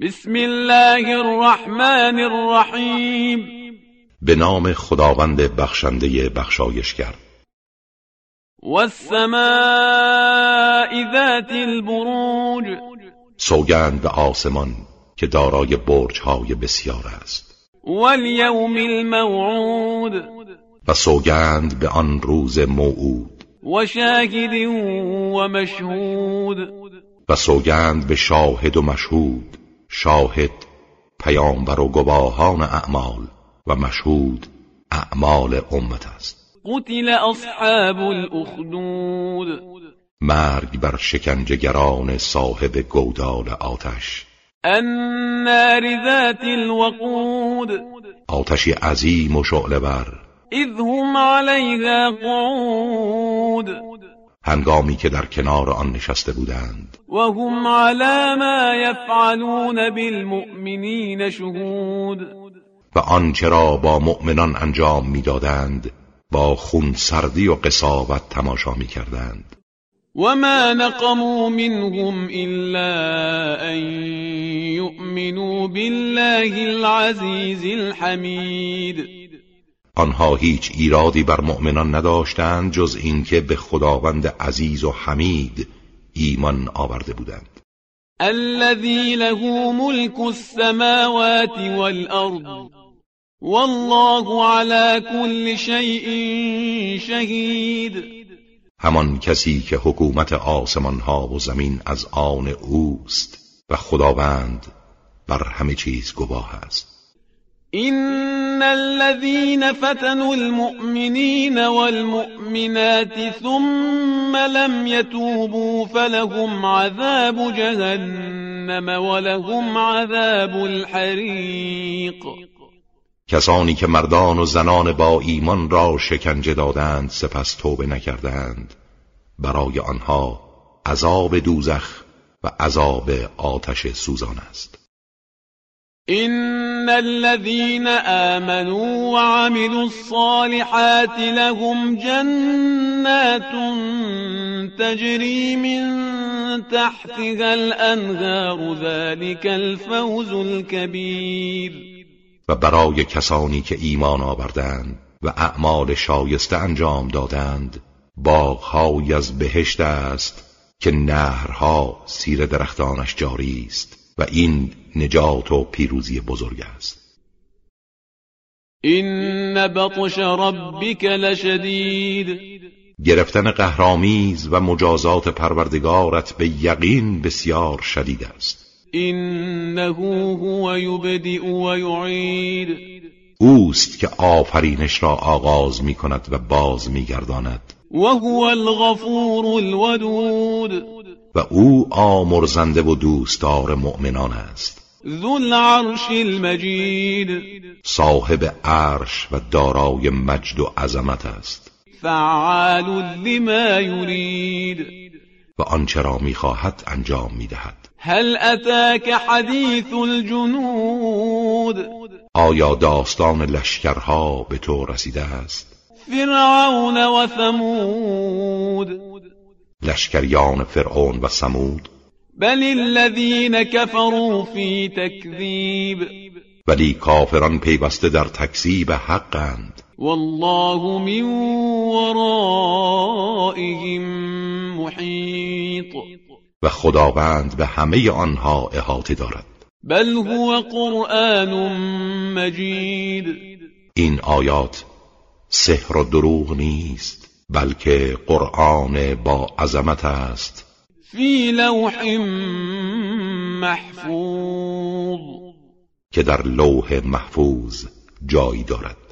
بسم الله الرحمن الرحیم به نام خداوند بخشنده بخشایشگر والسماء ذات البروج سوگند به آسمان که دارای برجهای بسیار است واليوم الموعود و سوگند به آن روز موعود وشاهد ومشهود و سوگند به شاهد و مشهود شاهد پیامبر و گواهان اعمال و مشهود اعمال امت است قتل أصحاب الأخدود مرگ بر شکنجهگران صاحب گودال آتش النار ذات الوقود آتشی عظیم و شعلهور إذ هم عليها قعود هنگامی که در کنار آن نشسته بودند وهم على ما يفعلون بالمؤمنين شهود و آنچه را با مؤمنان انجام میدادند با خون سردی و قصاوت تماشا میکردند وما نقموا منهم إلا أن يؤمنوا بالله العزيز الحميد آنها هیچ ایرادی بر مؤمنان نداشتند جز اینکه به خداوند عزیز و حمید ایمان آورده بودند الذي له ملك السماوات والأرض والله على كل شيء شهيد همان کسی که حکومت آسمانها و زمین از آن اوست و خداوند بر همه چیز گواه است إن الذين فتنوا المؤمنين والمؤمنات ثم لم يتوبوا فلهم عذاب جهنم ولهم عذاب الحريق کسانی که مردان و زنان با ایمان را شکنجه دادند سپس توبه نکردند برای آنها عذاب دوزخ و عذاب آتش سوزان است إن الذين آمنوا وعملوا الصالحات لهم جنات تجري من تحتها الأنهار ذلك الفوز الكبير و برای کسانی که ایمان آوردند و اعمال شایسته انجام دادند باغهایی از بهشت است که نهرها سیر درختانش جاری است و این نجات و پیروزی بزرگ است إن بطش ربك لشديد گرفتن قهرامیز و مجازات پروردگارت به یقین بسیار شدید است إنه هو يبدئ ويعيد اوست که آفرینش را آغاز می کند و باز می گرداند وهو الغفور الودود و او آمرزنده و دوستدار مؤمنان است ذو العرش المجيد صاحب عرش و دارای مجد و عظمت است فعال لما يريد و آنچه را میخواهد انجام میدهد هل أتاك حديث الجنود آیا داستان لشکرها به تو رسیده است فرعون وثمود لشکریان فرعون و سمود بل الذين كفروا في تكذيب ولی کافران پیوسته در تکذیب حقند والله من ورائهم محيط و خداوند به همه آنها احاطه دارد بل هو قرآن مجيد این آیات سحر و دروغ نیست بلکه قرآن با عظمت است في لوح محفوظ که در لوح محفوظ جایی دارد